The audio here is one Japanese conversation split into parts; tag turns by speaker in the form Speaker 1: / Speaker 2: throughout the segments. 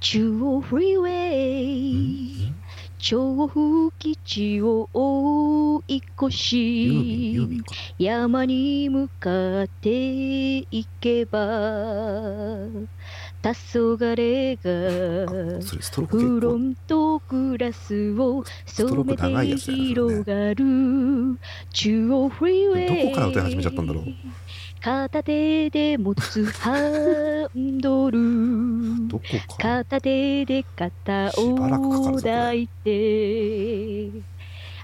Speaker 1: 中央フリーウェイ調布基地を追い越
Speaker 2: 郵
Speaker 1: し
Speaker 2: 便郵便か
Speaker 1: 山に向かって行けば黄昏が
Speaker 2: それストローク
Speaker 1: フ
Speaker 2: 結
Speaker 1: ロ
Speaker 2: 構
Speaker 1: ントグラスを染めて広がる中央フリーウェイ
Speaker 2: どこから歌い始めちゃったんだろう
Speaker 1: 片手で持つハンド ル
Speaker 2: どこか
Speaker 1: 片手で肩を抱いて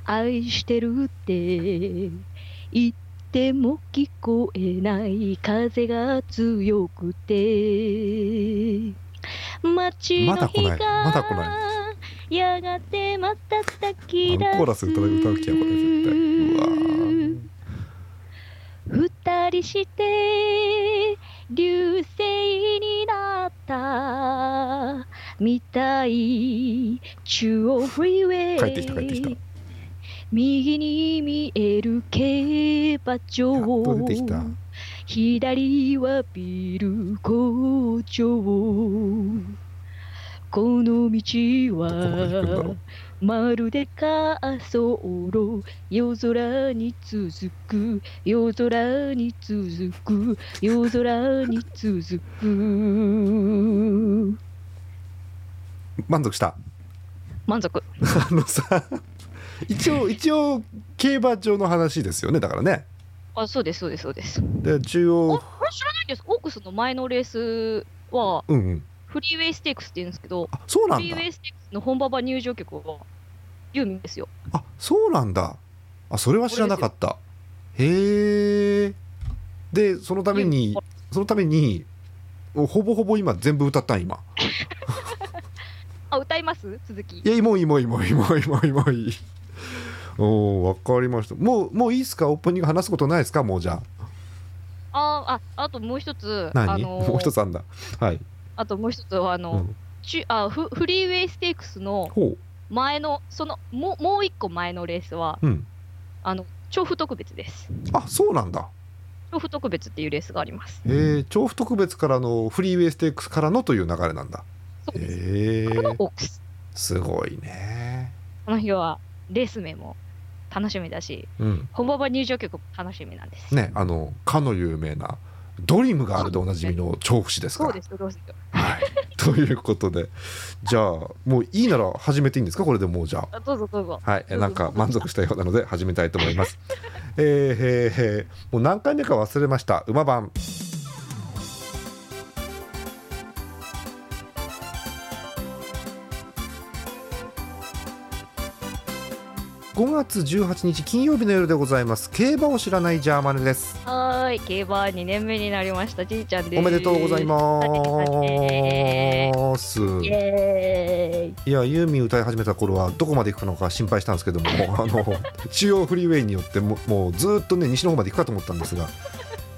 Speaker 1: 愛してるって言っても聞こえない風が強くて街の日が
Speaker 2: まだ来ないまだ来
Speaker 1: やがてまた叩き出
Speaker 2: あ
Speaker 1: す
Speaker 2: のコーラス歌う歌う気やこれ絶対うわー
Speaker 1: 二人して流星になったみたい中央フリーウェイ
Speaker 2: 帰ってきた帰ってきた
Speaker 1: 右に見える競馬場
Speaker 2: やっと出てきた
Speaker 1: 左はビル工場この道
Speaker 2: どこまで行くんだろ
Speaker 1: は
Speaker 2: う
Speaker 1: まるで滑走路夜空に続く夜空に続く夜空に続く
Speaker 2: 満 足した
Speaker 1: 満足
Speaker 2: あのさ一応一応競馬場の話ですよねだからね
Speaker 1: あそうですそうですそうです
Speaker 2: で中
Speaker 1: お
Speaker 2: 央
Speaker 1: これ知らないんですオークスの前のレースは
Speaker 2: うんうん
Speaker 1: フリーウェイステークスって言うんですけど
Speaker 2: あそうな
Speaker 1: フ
Speaker 2: ん
Speaker 1: リー
Speaker 2: だ
Speaker 1: ウェイステークスの本場場入場曲はユーミンですよ
Speaker 2: あそうなんだあそれは知らなかったへえでそのためにそのためにもうほぼほぼ今全部歌ったん今
Speaker 1: あ、歌います鈴木
Speaker 2: い。やもういいもういいもういいもういいもういいもういいおお分かりましたもうもういいっすかオープニング話すことないですかもうじゃあ
Speaker 1: あー、あ、あともう一つ、
Speaker 2: 何、
Speaker 1: あのー
Speaker 2: もう一つあんだはい、
Speaker 1: あともう一つは、あ
Speaker 2: う
Speaker 1: の、
Speaker 2: ん、
Speaker 1: ちゅあフ、フリーウェイステークスの
Speaker 2: ほう
Speaker 1: 前の、その、もう、もう一個前のレースは、
Speaker 2: うん
Speaker 1: あの、調布特別です。
Speaker 2: あそうなんだ
Speaker 1: 調布特別っていうレースがあります。
Speaker 2: えー、調布特別からのフリーウェイステークスからのという流れなんだ
Speaker 1: そうです。
Speaker 2: え
Speaker 1: この
Speaker 2: ー、
Speaker 1: オークス。
Speaker 2: すごいね
Speaker 1: この日は、レース名も楽しみだし、
Speaker 2: うん
Speaker 1: 本場場入場曲も楽しみなんです。
Speaker 2: ねあのかの有名な「ドリームがある」でおなじみの調布市ですか
Speaker 1: そう
Speaker 2: ら
Speaker 1: です、どうですよ。
Speaker 2: はい、ということでじゃあもういいなら始めていいんですかこれでもうじゃあ
Speaker 1: あどうぞどうぞ。
Speaker 2: はい、えなんか満足したようなので始めたいと思 います。えー、へーへーもう何回目か忘れました。馬番。5月18日金曜日の夜でございます。競馬を知らないジャーマネです。
Speaker 1: はーい、競馬2年目になりました、じいちゃんです。
Speaker 2: おめでとうございます。
Speaker 1: すイエーイ。
Speaker 2: いやユーミン歌い始めた頃はどこまで行くのか心配したんです けどもあの中央フリーウェイによってももうずーっとね西の方まで行くかと思ったんですが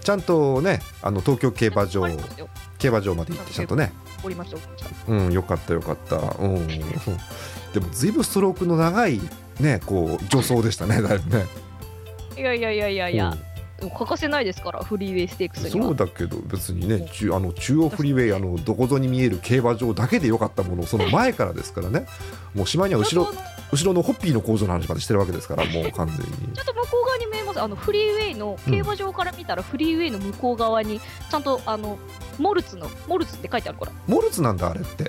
Speaker 2: ちゃんとねあの東京競馬場競馬場まで行ってちゃんとね
Speaker 1: おりました、おりました。
Speaker 2: うんよかったよかった うんでも随分ストロークの長いねこう助走でしたねだいぶね
Speaker 1: いやいやいやいやいや
Speaker 2: うん、
Speaker 1: でも欠かせないですから、フリーウェイステークスには。
Speaker 2: そうだけど別にね中あの中央フリーウェイあのどこぞに見える競馬場だけでよかったものその前からですからねもう島には後ろ
Speaker 1: ちょっと
Speaker 2: 後ろのホッピーの工場の話までしてるわけですからもう完全に
Speaker 1: ちょっと向こう側に見えます、あのフリーウェイの
Speaker 2: うん
Speaker 1: 競馬場から見たら、フリーウェイの向こう側に、ちゃんとあのモルツの、モルツって書いてあるから、
Speaker 2: モルツなんだあれって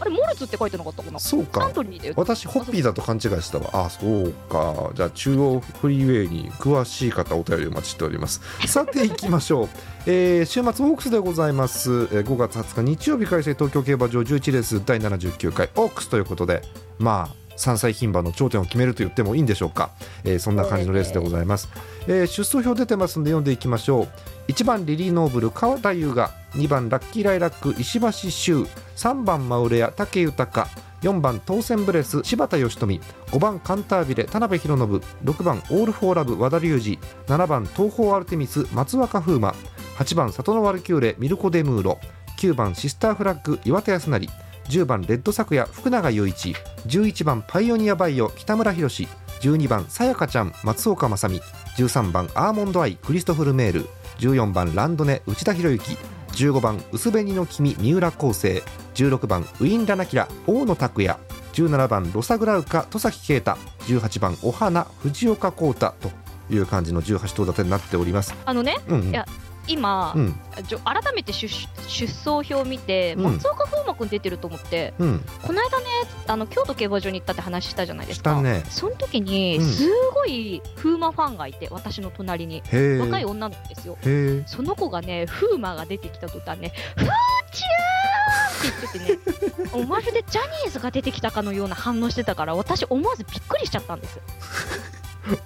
Speaker 1: あれ、モルツって書いてなかったかな、
Speaker 2: そう
Speaker 1: サ
Speaker 2: か
Speaker 1: ントリーだよ、
Speaker 2: 私ホッピーだと勘違いしてたわあそうかじゃあ中央フリーウェイに詳しい方お便りお待ちしておりますさて行きましょう、えー週末オークスでございます、えー5月20日日曜日開催東京競馬場11レース第79回オークスということでまあ3歳牝馬の頂点を決めると言ってもいいんでしょうか、えーそんな感じのレースでございます、えー出走表出てますんで読んでいきましょう1番リリーノーブル川田優雅2番ラッキーライラック石橋修3番マウレア武豊4番当選ブレス柴田義富5番カンタービレ田辺博信6番オール・フォー・ラブ和田龍二7番東方アルテミス松若風磨8番里のワルキューレミルコ・デムーロ9番シスターフラッグ岩田康成10番レッド昨夜福永雄一11番パイオニアバイオ北村宏12番さやかちゃん松岡雅美13番アーモンドアイクリストフル・メール14番ランドネ内田博之15番「薄紅の君」三浦康生16番「ウィン・ラナキラ」大野拓也17番「ロサグラウカ」戸崎啓太18番「お花」藤岡浩太という感じの18頭立てになっております。
Speaker 1: あのね
Speaker 2: うんうん
Speaker 1: いや今、
Speaker 2: うん
Speaker 1: じょ改めて出出走表を見て、
Speaker 2: うん
Speaker 1: 松岡風磨君出てると思って
Speaker 2: うん、
Speaker 1: この間ねあの京都競馬場に行ったって話したじゃないです
Speaker 2: した
Speaker 1: か、
Speaker 2: ね。
Speaker 1: その時に
Speaker 2: うん
Speaker 1: すごい風磨ファンがいて私の隣に
Speaker 2: へえ。
Speaker 1: 若い
Speaker 2: へ
Speaker 1: 女の子ですよ
Speaker 2: え。
Speaker 1: その子がね風磨が出てきた途端ね「フーチュー!」って言ってて ねおまるでジャニーズが出てきたかのような反応してたから私思わずびっくりしちゃったんです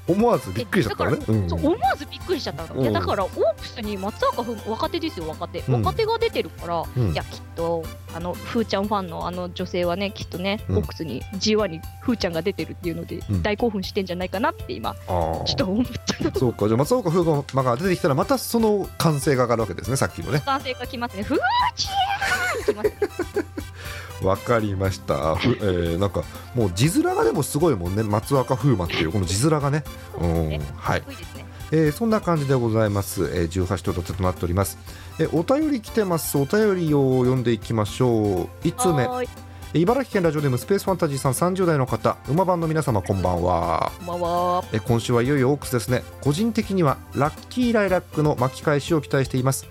Speaker 2: 思わずびっくりしちゃったからね。うん
Speaker 1: そう思わずびっくりしちゃったの、いや
Speaker 2: うん
Speaker 1: だからオープスに松岡風若手ですよ若手、
Speaker 2: うん
Speaker 1: 若手が出てるから、
Speaker 2: うん
Speaker 1: いやきっとあのふーちゃんファンのあの女性はねきっとね、
Speaker 2: うん
Speaker 1: オープスに G1 にふーちゃんが出てるっていうので、
Speaker 2: うん
Speaker 1: 大興奮してんじゃないかなって今
Speaker 2: あー
Speaker 1: ちょっと思っちゃった
Speaker 2: そうかじゃあ松岡風磨が出てきたらまたその歓声が上がるわけですねさっきのね
Speaker 1: 男性が来ますねふーちゃーん来ますね
Speaker 2: わかりました、ふえー、なんかもう字面がでもすごいもんね松岡風磨っていうこの字面がねうんはい
Speaker 1: すごいですね
Speaker 2: えーそんな感じでございます、えー、18頭立てとなっております、えーお便り来てますお便りを読んでいきましょう1通目
Speaker 1: はーい
Speaker 2: えー茨城県ラジオネームスペースファンタジーさん30代の方馬番の皆様こんばんは
Speaker 1: こんばんは
Speaker 2: えー今週はいよいよオークスですね個人的にはラッキーライラックの巻き返しを期待しています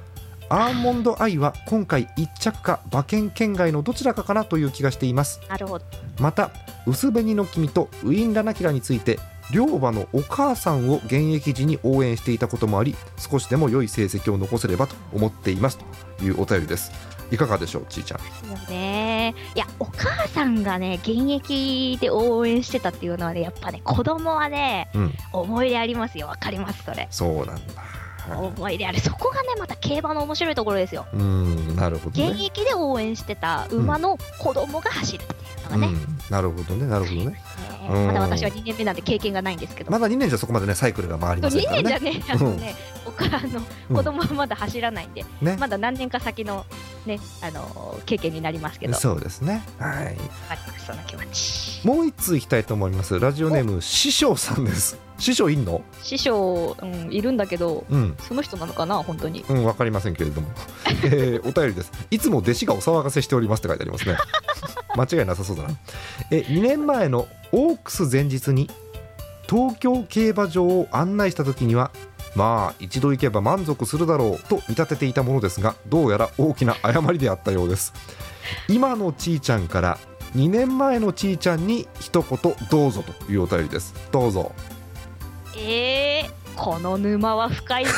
Speaker 2: アーモンドアイは今回1着か馬券圏外のどちらかかなという気がしています
Speaker 1: なるほど
Speaker 2: また薄紅の君とウィン・ラナキラについて両馬のお母さんを現役時に応援していたこともあり少しでも良い成績を残せればと思っていますというお便りですいかがでしょうちーちゃん
Speaker 1: そうねいやお母さんがね現役で応援してたっていうのはねやっぱね子供はね
Speaker 2: うん
Speaker 1: 思い出ありますよわかりますそれ
Speaker 2: そうなんだ
Speaker 1: 思い出あるそこがねまた競馬の面白いところですよ
Speaker 2: うんなるほど
Speaker 1: 現
Speaker 2: ね
Speaker 1: 役で応援してた馬の子供が走るっていうのが
Speaker 2: う
Speaker 1: ね、
Speaker 2: んなるほどねなるほどね
Speaker 1: え
Speaker 2: う
Speaker 1: ー
Speaker 2: ん
Speaker 1: まだ私は2年目なんで経験がないんですけど、
Speaker 2: まだ2年じゃそこまでねサイクルが回りません
Speaker 1: 2
Speaker 2: から
Speaker 1: 年じ
Speaker 2: ね
Speaker 1: ゃねあのね、お母の
Speaker 2: うん
Speaker 1: 子供はまだ走らないんで、
Speaker 2: ね
Speaker 1: まだ何年か先のねあのー経験になりますけど
Speaker 2: そうですねはい
Speaker 1: わかりますその気持ち
Speaker 2: もう一通いきたいと思いますラジオネーム師匠さんです師匠いんの
Speaker 1: 師匠、うん、いるんだけど
Speaker 2: うん
Speaker 1: その人なのかな本当に
Speaker 2: うん、わかりませんけれども、 えーお便りです。いつも弟子がお騒がせしておりますって書いてありますね。 間違いなさそうだな。え、2年前のオークス前日に東京競馬場を案内した時には、まあ一度行けば満足するだろうと見立てていたものですが、どうやら大きな誤りであったようです。今のちーちゃんから2年前のちーちゃんに一言どうぞというお便りです。どうぞ。
Speaker 1: えー、この沼は深いぞ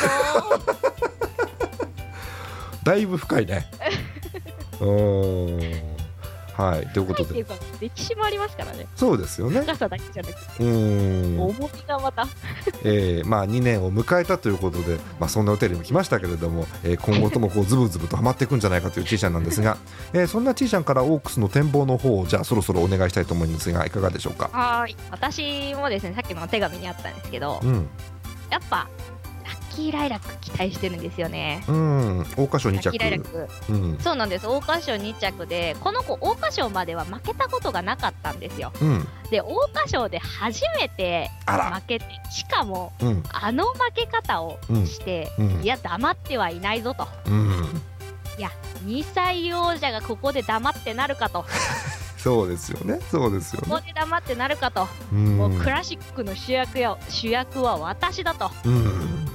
Speaker 2: だいぶ深 いね。うーん。はい、ということ
Speaker 1: 深い ってい
Speaker 2: で。
Speaker 1: うか歴史もありますからね
Speaker 2: そうですよね。
Speaker 1: 深さだけじゃなくて
Speaker 2: うーん。
Speaker 1: 重みがまた
Speaker 2: えーまあ2年を迎えたということで、まあそんなお便りも来ましたけれども、えー今後ともこうズブズブとハマっていくんじゃないかというちーちゃんなんですが、えーそんなちーちゃんからオークスの展望の方をじゃあそろそろお願いしたいと思うんですが、いかがでしょうか。
Speaker 1: はーい私もですねさっきのお手紙にあったんですけど
Speaker 2: うん。
Speaker 1: やっぱラッキーライラック期待してるんですよね
Speaker 2: うん。桜花賞
Speaker 1: ラ
Speaker 2: 2
Speaker 1: ッキーライラッ
Speaker 2: 着。
Speaker 1: ク
Speaker 2: うん。
Speaker 1: そうなんです桜花賞2着でこの子桜花賞までは負けたことがなかったんですよ
Speaker 2: うん。
Speaker 1: で桜花賞で初めて
Speaker 2: あら。
Speaker 1: 負けてしかも
Speaker 2: うん。
Speaker 1: あの負け方を
Speaker 2: うん。
Speaker 1: して、
Speaker 2: うん
Speaker 1: い。や黙ってはいないぞと
Speaker 2: うん。
Speaker 1: 2歳王者がここで黙ってなるか と
Speaker 2: そうですよね。そうですよ
Speaker 1: こ
Speaker 2: ね
Speaker 1: こ。で黙ってなるかと、
Speaker 2: うん。
Speaker 1: もうクラシックの主役や主役は私だと
Speaker 2: うん。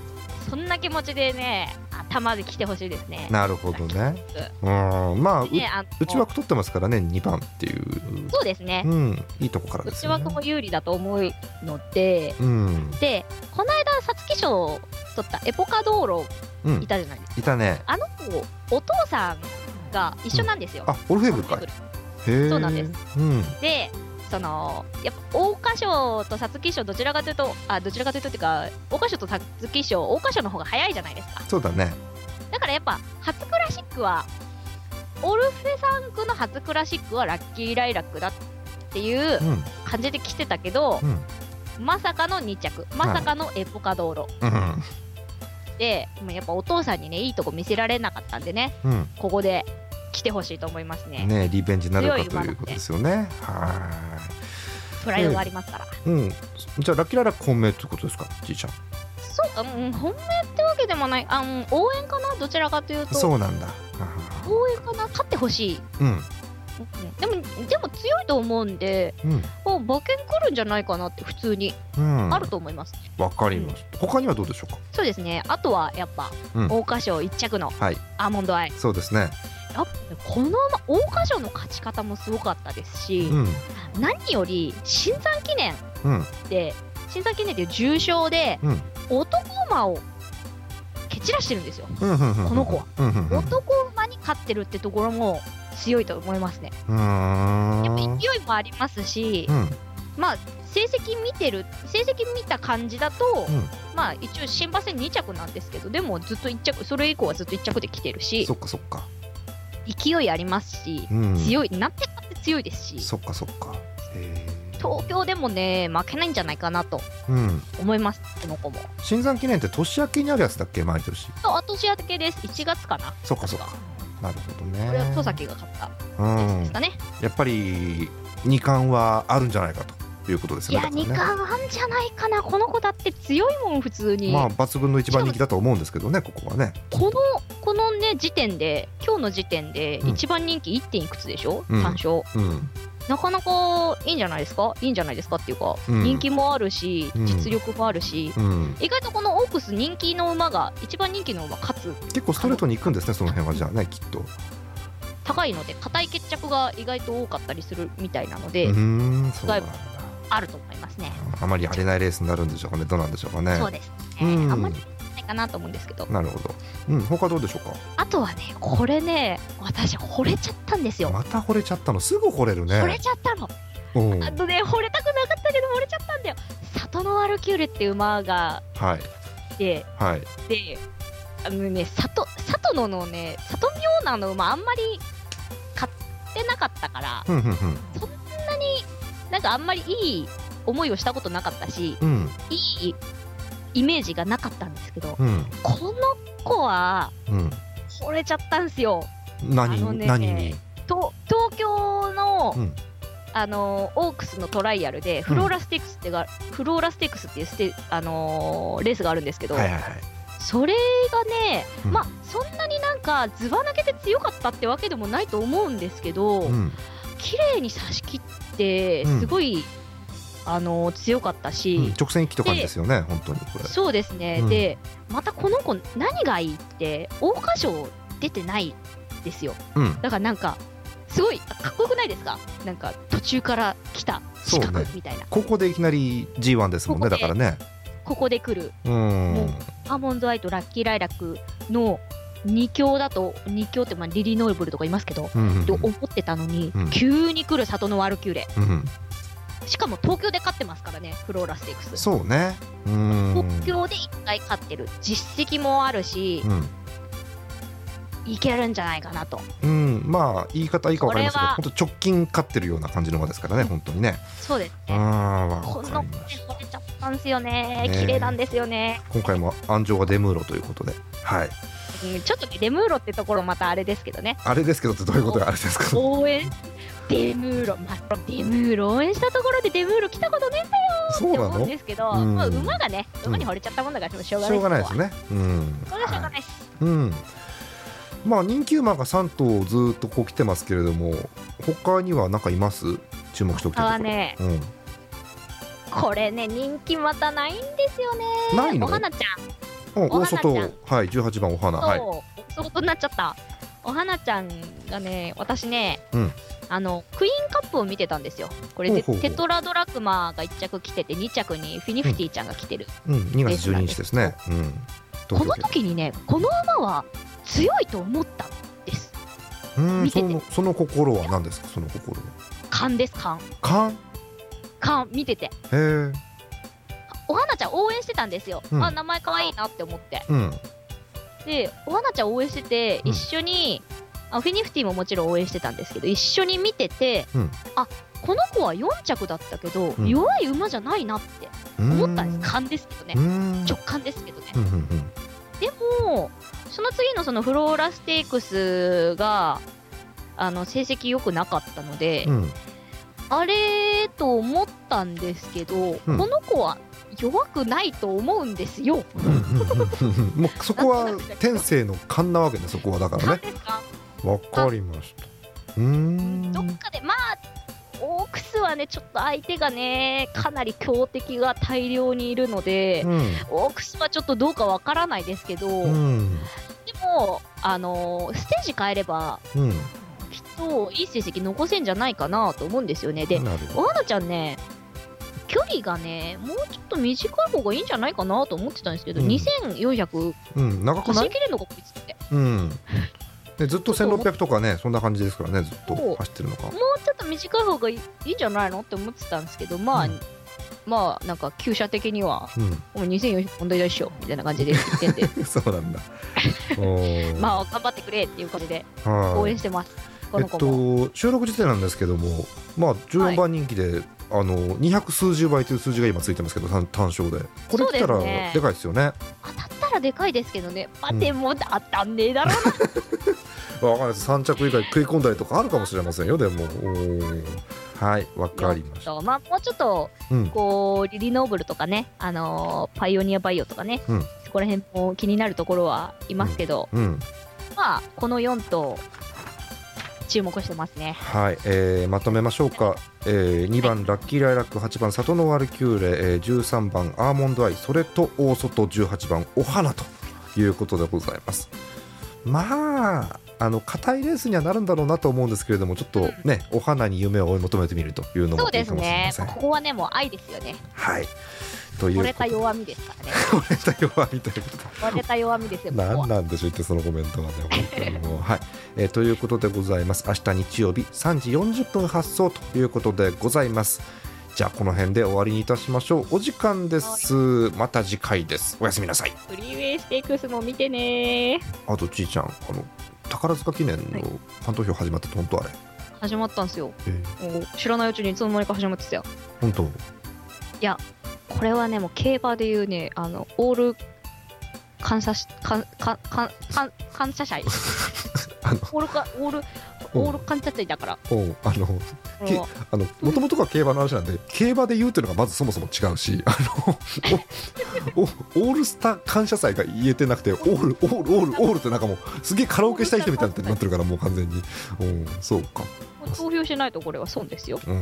Speaker 1: そんな気持ちでね、頭で来てほしいですね。
Speaker 2: なるほどね。うん。まあ、う
Speaker 1: ねあの
Speaker 2: 内枠取ってますからね、2番っていう。
Speaker 1: そうですね
Speaker 2: う。ん、いいとこからです
Speaker 1: 内
Speaker 2: よね。
Speaker 1: 枠も有利だと思うので、
Speaker 2: うん、
Speaker 1: で、この間、皐月賞を取ったエポカ道路
Speaker 2: う
Speaker 1: い
Speaker 2: ん、
Speaker 1: たじゃないですか。
Speaker 2: いたね。
Speaker 1: あの子、お父さんが一緒なんですよ。
Speaker 2: あ、オルフェーブルかい。へえ。。
Speaker 1: そうなんです
Speaker 2: うん、
Speaker 1: で、そのやっぱ桜花賞と皐月賞どちらかというとあどちらかというとっていうか桜花賞と皐月賞桜花賞の方が早いじゃないですか
Speaker 2: そうだね。
Speaker 1: だからやっぱ初クラシックはオルフェサンクの初クラシックはラッキーライラックだっていう
Speaker 2: うん、うん、
Speaker 1: 感じで来てたけど、まさかの2着まさかのエポカ道路
Speaker 2: うん、
Speaker 1: で、まあやっぱお父さんにねいいとこ見せられなかったんでね
Speaker 2: うん、
Speaker 1: ここで来てほしいと思いますね
Speaker 2: ね、リベンジになるか
Speaker 1: 強い馬だ
Speaker 2: と
Speaker 1: ね
Speaker 2: いうことですよね。は
Speaker 1: プライドがありますから、
Speaker 2: ーい。うん、じゃあラッキーララック本命ということですか、じいちゃん。
Speaker 1: そうか、うん、本命ってわけでもないあの応援かなどちらかというと
Speaker 2: そうなんだあはは
Speaker 1: 応援かな勝ってほしい、
Speaker 2: うん
Speaker 1: うんでもでも強いと思うんで
Speaker 2: うん
Speaker 1: もう馬券来るんじゃないかなって普通に
Speaker 2: うん
Speaker 1: あると思います、
Speaker 2: わかりました他にはどうでしょうか
Speaker 1: そうですねあとはやっぱ
Speaker 2: うん
Speaker 1: 桜花賞一着の
Speaker 2: はい
Speaker 1: アーモンドアイ、
Speaker 2: そうですね
Speaker 1: やっぱねこの馬桜花賞の勝ち方もすごかったですし、
Speaker 2: うん
Speaker 1: 何より新山記念
Speaker 2: うん
Speaker 1: で新山記念っていう重賞で、
Speaker 2: うん
Speaker 1: 男馬を蹴散らしてるんですよ、
Speaker 2: うんうんうん
Speaker 1: この子は
Speaker 2: うんうんうんう
Speaker 1: 男馬に勝ってるってところも強いと思いますね
Speaker 2: ーん
Speaker 1: やっぱ勢いもありますし、
Speaker 2: うん
Speaker 1: まあ成績見てる成績見た感じだと、
Speaker 2: うん
Speaker 1: まあ一応新馬戦2着なんですけどでもずっと1着それ以降はずっと1着で来てるし
Speaker 2: そっかそっか
Speaker 1: 勢いありますし、
Speaker 2: うん
Speaker 1: 強いなんてかって強いですし
Speaker 2: そっかそっかへー
Speaker 1: 東京でもね負けないんじゃないかなと
Speaker 2: うん
Speaker 1: 思いますこの子も
Speaker 2: 新山記念って年明けにあるやつだっけ毎年
Speaker 1: と後仕明けです1月かな
Speaker 2: そっかそっかなるほどね
Speaker 1: これは戸崎が勝った
Speaker 2: う
Speaker 1: やつです
Speaker 2: ん
Speaker 1: かね、
Speaker 2: やっぱり二冠はあるんじゃないかということです
Speaker 1: い
Speaker 2: よ
Speaker 1: や
Speaker 2: ね。だ
Speaker 1: 2
Speaker 2: からね
Speaker 1: 冠あんじゃないかなこの子だって強いもん普通に、
Speaker 2: まあ抜群の一番人気だと思うんですけどね、ここはね。
Speaker 1: このこのね時点で今日の時点で
Speaker 2: うん
Speaker 1: 一番人気 1. 点いくつでしょ、
Speaker 2: うん
Speaker 1: 単勝
Speaker 2: うん、
Speaker 1: なかなかいいんじゃないですかいいんじゃないですかっていうか、
Speaker 2: うん
Speaker 1: 人気もあるし
Speaker 2: うん
Speaker 1: 実力もあるし、
Speaker 2: うん、
Speaker 1: 意外とこのオークス人気の馬が一番人気の馬勝つ
Speaker 2: 結構ストレートに行くんですね、その辺はじゃあね、きっと。
Speaker 1: 高いので硬い決着が意外と多かったりするみたいなので、
Speaker 2: うーん、そうなんだ。
Speaker 1: あると思いますね、
Speaker 2: あまり荒れないレースになるんでしょうかね、どうなんでしょうかね。
Speaker 1: そうです
Speaker 2: う
Speaker 1: ね、
Speaker 2: ん
Speaker 1: あんまりないかなと思うんですけど
Speaker 2: なるほど。うん、他どうでしょう
Speaker 1: あとはねこれね私惚れちゃったんです
Speaker 2: か。
Speaker 1: よ、
Speaker 2: また惚れちゃったの、すぐ惚れるね。
Speaker 1: 惚れちゃったの
Speaker 2: うん、
Speaker 1: あとね惚れたくなかったけど惚れちゃったんだよ里のワルキューレっていう馬が
Speaker 2: はい、
Speaker 1: いて
Speaker 2: はい。
Speaker 1: であのね里里ののね里妙なの馬あんまり買ってなかったから
Speaker 2: うん、うん、
Speaker 1: そんなになんかあんまりいい思いをしたことなかったし
Speaker 2: うん、
Speaker 1: いいイメージがなかったんですけど
Speaker 2: うん、
Speaker 1: この子は
Speaker 2: うん、
Speaker 1: 惚れちゃったんすよ
Speaker 2: うん。何
Speaker 1: あの
Speaker 2: に、
Speaker 1: ね
Speaker 2: 何に。
Speaker 1: と東京の、
Speaker 2: うん
Speaker 1: あのーオークスのトライアルでフローラステークスってが、フローラステークスっていうステ、あのーレースがあるんですけど、
Speaker 2: はい、はい、はい。
Speaker 1: それがね、
Speaker 2: うん
Speaker 1: まあそんなになんかずば抜けて強かったってわけでもないと思うんですけど、
Speaker 2: うん、
Speaker 1: 綺麗に差し切って
Speaker 2: うん
Speaker 1: すごい、あのー強かったし、
Speaker 2: うん直線行きとかですよね、本当にこれ。
Speaker 1: そうですね、
Speaker 2: うん
Speaker 1: でまたこの子何がいいって桜花賞出てないですよ
Speaker 2: うん。
Speaker 1: だからなんかすごいかっこよくないですかなんか途中から来た
Speaker 2: そう
Speaker 1: 四
Speaker 2: ね
Speaker 1: 角みたいな、
Speaker 2: ここでいきなり G1 ですもん
Speaker 1: ここ
Speaker 2: ねだ
Speaker 1: で
Speaker 2: からね
Speaker 1: ここで来る
Speaker 2: う
Speaker 1: も
Speaker 2: ん
Speaker 1: うアーモンドアイとラッキーライラックの2強だと2強ってまあリリー・ノーブルとかいますけど、
Speaker 2: うんうん
Speaker 1: と思ってたのに、
Speaker 2: うん
Speaker 1: 急に来る里のワルキューレ
Speaker 2: うん
Speaker 1: しかも東京で勝ってますからねフローラステークス
Speaker 2: そうねうん
Speaker 1: 東京で1回勝ってる実績もあるし、
Speaker 2: うん
Speaker 1: いけるんじゃないかなと
Speaker 2: うん、まあ言い方いいか分かりませ
Speaker 1: こ
Speaker 2: んけど
Speaker 1: れは
Speaker 2: 本当直近勝ってるような感じの馬ですからね本当にね
Speaker 1: そうです
Speaker 2: う
Speaker 1: ね、
Speaker 2: ん
Speaker 1: この子
Speaker 2: わかり
Speaker 1: ね
Speaker 2: まし
Speaker 1: 惚れちゃったんですよね
Speaker 2: ねえ
Speaker 1: 綺麗なんですよね、
Speaker 2: た今回も安城がデムーロということではい
Speaker 1: うんちょっとねデムーロってところまたあれですけどね
Speaker 2: あれですけどってどういうことがあれですか
Speaker 1: 応援デムーロ、まあ、デムーロ応援したところでデムーロ来たことねえんだよ
Speaker 2: そう
Speaker 1: って
Speaker 2: な
Speaker 1: 思うん
Speaker 2: の
Speaker 1: ですけど、
Speaker 2: うん
Speaker 1: まあ、馬がね馬に惚れちゃったもんだからしょうが
Speaker 2: し
Speaker 1: ない
Speaker 2: ょうがないです
Speaker 1: ね
Speaker 2: ねうん
Speaker 1: それはしょうが
Speaker 2: は
Speaker 1: ないです、
Speaker 2: いうんまあ人気馬が3頭ずっとこう来てますけれども他には何かいます注目しておき
Speaker 1: 他
Speaker 2: た
Speaker 1: は
Speaker 2: いところ
Speaker 1: ね
Speaker 2: うん
Speaker 1: これね人気またないんですよね
Speaker 2: ないの
Speaker 1: お花ち
Speaker 2: うん
Speaker 1: お
Speaker 2: 大
Speaker 1: 花ちゃん
Speaker 2: 外はい18番お花
Speaker 1: ゃん
Speaker 2: はい
Speaker 1: とそういうことになっちゃったお花ちゃんがね私ね、
Speaker 2: うん
Speaker 1: あのクイーンカップを見てたんですよこれ
Speaker 2: ほう
Speaker 1: で
Speaker 2: ほうほう
Speaker 1: テトラドラクマが1着来てて2着にフィニフィティちゃんが来てる、
Speaker 2: うん2月12日ですねうん
Speaker 1: この時にねこの馬は強いと思ったんです
Speaker 2: うん
Speaker 1: 見て
Speaker 2: そ
Speaker 1: て
Speaker 2: のその心は何ですかその心は
Speaker 1: 勘です勘
Speaker 2: 勘へ
Speaker 1: 勘見てて
Speaker 2: え
Speaker 1: お花ちゃん応援してたんですよ、
Speaker 2: うん
Speaker 1: あ名前可愛いなって思って
Speaker 2: うん
Speaker 1: でお花ちゃん応援してて
Speaker 2: うん
Speaker 1: 一緒に、あフィニフティももちろん応援してたんですけど一緒に見てて、
Speaker 2: うん
Speaker 1: あこの子は4着だったけど、
Speaker 2: うん
Speaker 1: 弱い馬じゃないなって思ったんです勘ですけどね
Speaker 2: うん
Speaker 1: 直感ですけどね
Speaker 2: うんうんうん
Speaker 1: でもその次のそのフローラステークスがあの成績良くなかったので、
Speaker 2: うん
Speaker 1: あれと思ったんですけど、
Speaker 2: うん
Speaker 1: この子は弱くないと思うんですよ。
Speaker 2: もうそこは天性の勘なわけねそこはだからね
Speaker 1: なんですか
Speaker 2: わかりましたうーん
Speaker 1: どっかでまあオークスはねちょっと相手がねかなり強敵が大量にいるので、
Speaker 2: うん
Speaker 1: オークスはちょっとどうかわからないですけど、
Speaker 2: うん
Speaker 1: でもあのーステージ変えれば
Speaker 2: うん
Speaker 1: きっといい成績残せんじゃないかなと思うんですよね。で
Speaker 2: なるほ
Speaker 1: お花ちゃんね距離がねもうちょっと短い方がいいんじゃないかなと思ってたんですけど、
Speaker 2: うん
Speaker 1: 2400
Speaker 2: どうん長くな
Speaker 1: 走り
Speaker 2: い
Speaker 1: きれるのかこいつって
Speaker 2: うんでずっと1600とかねそんな感じですからねずっ
Speaker 1: そ
Speaker 2: と
Speaker 1: う
Speaker 2: 走ってるのか
Speaker 1: もうちょっと短い方がいいいいんじゃないのって思ってたんですけどまあ、
Speaker 2: うん
Speaker 1: まあなんか厩舎的には
Speaker 2: う
Speaker 1: もう2400問題ないっしょみたいな感じで言ってんで
Speaker 2: ん そうな んだおー
Speaker 1: まあ頑張ってくれっていう感じで
Speaker 2: はい
Speaker 1: 応援してます、こ
Speaker 2: え
Speaker 1: の
Speaker 2: っ
Speaker 1: 子も、
Speaker 2: と、収録時点なんですけども、まあ、
Speaker 1: は
Speaker 2: 14
Speaker 1: い
Speaker 2: 番人気で、あの200数十倍という数字が今ついてますけど単単勝でこれ来た
Speaker 1: そう
Speaker 2: ら
Speaker 1: ですね
Speaker 2: でかいですよね
Speaker 1: 当たったらでかいですけどねまあでも当たんねえだろうな、
Speaker 2: わかんないです3着以外食い込んだりとかあるかもしれませんよでもおーはいわかりました
Speaker 1: とまあもうちょっと
Speaker 2: うん
Speaker 1: こうリリノーブルとかねあのーパイオニアバイオとかね、
Speaker 2: うん
Speaker 1: そこら辺も気になるところはいますけど、
Speaker 2: うん
Speaker 1: まあこの4頭注目してますね
Speaker 2: はい、えーまとめましょうか、え2番ラッキーライラック8番里のワルキューレ、えー13番アーモンドアイそれと大外18番お花ということでございますまああの硬いレースにはなるんだろうなと思うんですけれどもちょっとねお花に夢を追い求めてみるというの
Speaker 1: そう
Speaker 2: もいい
Speaker 1: です
Speaker 2: かもしれ
Speaker 1: ね
Speaker 2: ません、
Speaker 1: ここはねもう愛ですよね
Speaker 2: はいとい
Speaker 1: 惚
Speaker 2: うこ
Speaker 1: れ
Speaker 2: と
Speaker 1: た
Speaker 2: で
Speaker 1: 弱みですから ね
Speaker 2: 惚れた弱みということで
Speaker 1: 惚れた弱みですよここ
Speaker 2: 何
Speaker 1: は
Speaker 2: なんでしょうってそのコメントはね本当にもうはい、えーということでございます明日日曜日3時40分発送ということでございますじゃあこの辺で終わりにいたしましょうお時間ですまた次回ですおやすみなさい
Speaker 1: フリーウェイステークスも見てね
Speaker 2: あとちいちゃんあの宝塚記念
Speaker 1: は
Speaker 2: の
Speaker 1: い
Speaker 2: ファン投票始まって本当あれ、
Speaker 1: 始まったんですよ
Speaker 2: えー
Speaker 1: もう知らないうちにいつの間にか始まってたよ
Speaker 2: 本当
Speaker 1: これはねもう競馬でいうねあのオール感謝し感感感感感謝 祭
Speaker 2: あの
Speaker 1: オールかオール
Speaker 2: うん
Speaker 1: オール感謝祭だから
Speaker 2: おうあのけ
Speaker 1: も
Speaker 2: あの元々が競馬の話なんで競馬で言うというのがまずそもそも違うしあのおおオールスター感謝祭が言えてなくてオールオールオールオールってなんかもうすげえカラオケしたい人みたいになってるからもう完全に、うん、そうか、
Speaker 1: うもう投票しないとこれは損ですよ
Speaker 2: うん、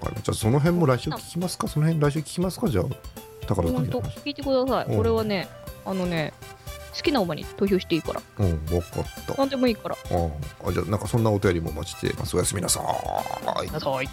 Speaker 2: わかるじゃあその辺も来週聞きますかその辺来週聞きますかじゃあ宝塚
Speaker 1: 本
Speaker 2: の
Speaker 1: 当
Speaker 2: 話、
Speaker 1: 聞いてくださ
Speaker 2: う
Speaker 1: い
Speaker 2: ん
Speaker 1: これはねあのね好きな馬に投票していいから
Speaker 2: うん、分かった
Speaker 1: 何でもいいから
Speaker 2: ああじゃあなんかそんなお便りもお待ちしてますおやすみなさーい
Speaker 1: ください